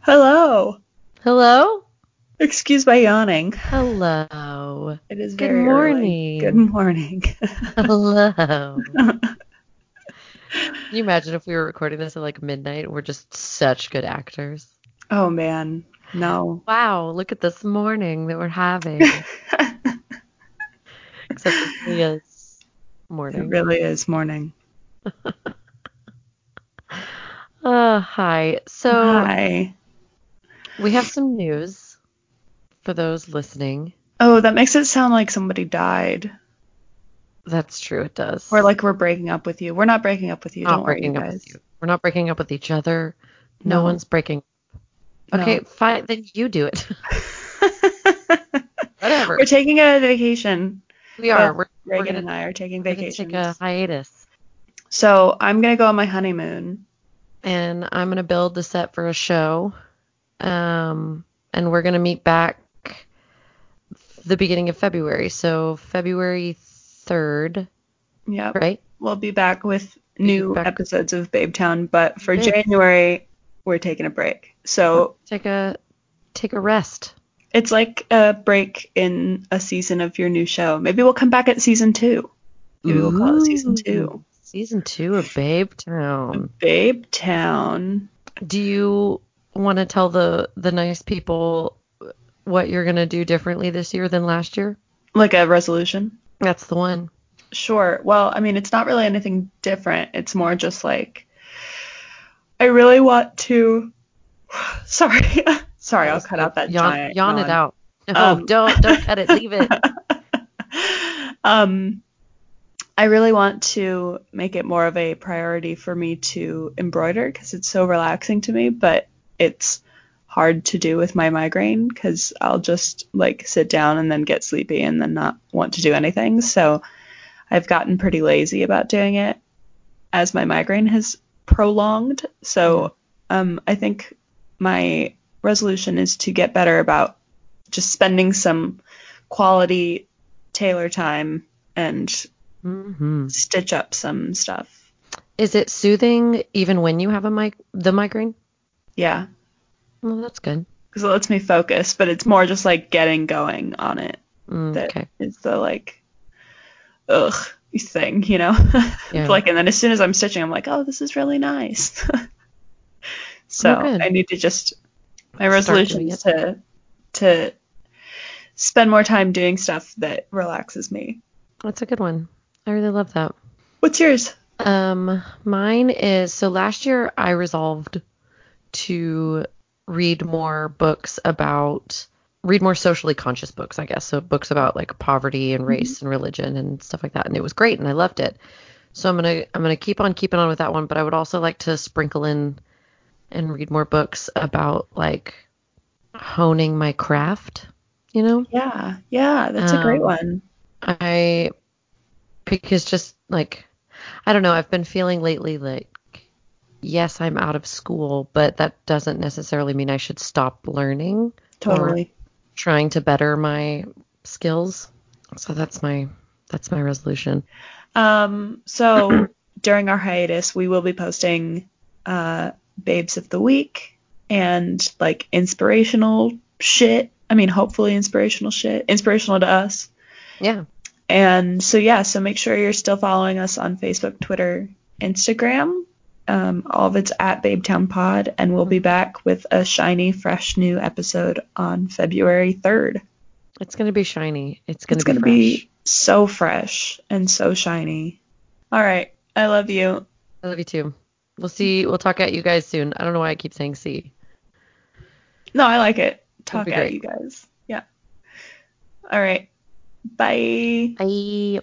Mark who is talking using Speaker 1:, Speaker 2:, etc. Speaker 1: Hello.
Speaker 2: Hello?
Speaker 1: Excuse my yawning.
Speaker 2: Hello.
Speaker 1: It is
Speaker 2: Good
Speaker 1: very early.
Speaker 2: morning.
Speaker 1: Good morning.
Speaker 2: Hello. Can you imagine if we were recording this at like midnight? We're just such good actors.
Speaker 1: oh man. No.
Speaker 2: Wow, look at this morning that we're having. Except it's Leah's
Speaker 1: It
Speaker 2: morning.
Speaker 1: really is morning.
Speaker 2: uh, hi. So
Speaker 1: Hi.
Speaker 2: we have some news for those listening.
Speaker 1: Oh, that makes it sound like somebody died.
Speaker 2: That's true, it does.
Speaker 1: Or like we're breaking up with you. We're not breaking up with you.
Speaker 2: We're not
Speaker 1: Don't
Speaker 2: breaking
Speaker 1: worry,
Speaker 2: up
Speaker 1: guys.
Speaker 2: with you. We're not breaking up with each other. No,
Speaker 1: No.
Speaker 2: one's breaking. Okay, fine. Then you do it. Whatever.
Speaker 1: we're taking a vacation.
Speaker 2: We are.
Speaker 1: Uh,
Speaker 2: we're we're
Speaker 1: Reagan
Speaker 2: gonna-
Speaker 1: and I are taking
Speaker 2: we're gonna
Speaker 1: vacations.
Speaker 2: take a hiatus,
Speaker 1: So I'm gonna go on my honeymoon.
Speaker 2: and I'm gonna build the set for a show, um, and we're gonna meet back the beginning of February. So February third,
Speaker 1: Yep.
Speaker 2: right?
Speaker 1: We'll be back with new
Speaker 2: back.
Speaker 1: episodes of Babe Town, but for
Speaker 2: Babe.
Speaker 1: January, we're taking a break. So
Speaker 2: Take a take a rest.
Speaker 1: it's like a break in a season of your new show. Maybe we'll come back at season two. Maybe we'll call it season two.
Speaker 2: Ooh, Season two of Babe Town.
Speaker 1: Babe Town.
Speaker 2: Do you want to tell the the nice people what you're gonna do differently this year than last year?
Speaker 1: Like a resolution?
Speaker 2: That's the one.
Speaker 1: Sure. Well, I mean, it's not really anything different. It's more just like I really want to. Sorry. Sorry, I'll cut out that
Speaker 2: yawn,
Speaker 1: giant
Speaker 2: yawn it
Speaker 1: yawn.
Speaker 2: out. No,
Speaker 1: Um,
Speaker 2: don't don't cut it. Leave it.
Speaker 1: um, I really want to make it more of a priority for me to embroider because it's so relaxing to me, but it's hard to do with my migraine because I'll just like sit down and then get sleepy and then not want to do anything. So I've gotten pretty lazy about doing it as my migraine has prolonged. So um, I think my resolution is to get better about just spending some quality tailor time and Mm-hmm.
Speaker 2: hmm
Speaker 1: stitch up some stuff.
Speaker 2: Is it soothing even when you have a mic the migraine?
Speaker 1: Yeah,
Speaker 2: Well, that's good.
Speaker 1: because it lets me focus, but it's more just like getting going on it.
Speaker 2: Mm,
Speaker 1: That-
Speaker 2: okay.
Speaker 1: It's the like, ugh thing, you know.
Speaker 2: Yeah.
Speaker 1: It's like, and then as soon as I'm stitching, I'm like, oh, this is really nice. so
Speaker 2: Oh, good.
Speaker 1: I need to just my
Speaker 2: Start
Speaker 1: resolution
Speaker 2: doing
Speaker 1: is to to spend more time doing stuff that relaxes me.
Speaker 2: That's a good one. I really love that.
Speaker 1: What's yours?
Speaker 2: Um, mine is so last year I resolved to read more books about read more socially conscious books, I guess. So books about like poverty and race and religion and stuff like that. And it was great and I loved it. So I'm gonna I'm gonna keep on keeping on with that one, but I would also like to sprinkle in and read more books about like honing my craft, you know?
Speaker 1: Yeah, yeah, that's a great
Speaker 2: Um,
Speaker 1: one.
Speaker 2: I because just like I don't know, I've been feeling lately like yes, I'm out of school, but that doesn't necessarily mean I should stop learning,
Speaker 1: Totally.
Speaker 2: trying to better my skills. So that's my that's my resolution.
Speaker 1: Um, so during our hiatus, we will be posting uh, babes of the week and like inspirational shit. I mean, hopefully inspirational shit, inspirational to us.
Speaker 2: Yeah.
Speaker 1: And so yeah, so make sure you're still following us on Facebook, Twitter, Instagram. Um, all of it's at Babetown Pod, and we'll be back with a shiny, fresh new episode on February 3rd.
Speaker 2: It's gonna be shiny. It's gonna
Speaker 1: It's
Speaker 2: be
Speaker 1: going to
Speaker 2: fresh.
Speaker 1: be so fresh and so shiny. All right. I love you.
Speaker 2: I love you too. We'll see we'll talk at you guys soon. I don't know why I keep saying see.
Speaker 1: No, I like it. Talk
Speaker 2: be
Speaker 1: at
Speaker 2: great.
Speaker 1: you guys. Yeah. All right. Bye.
Speaker 2: Bye.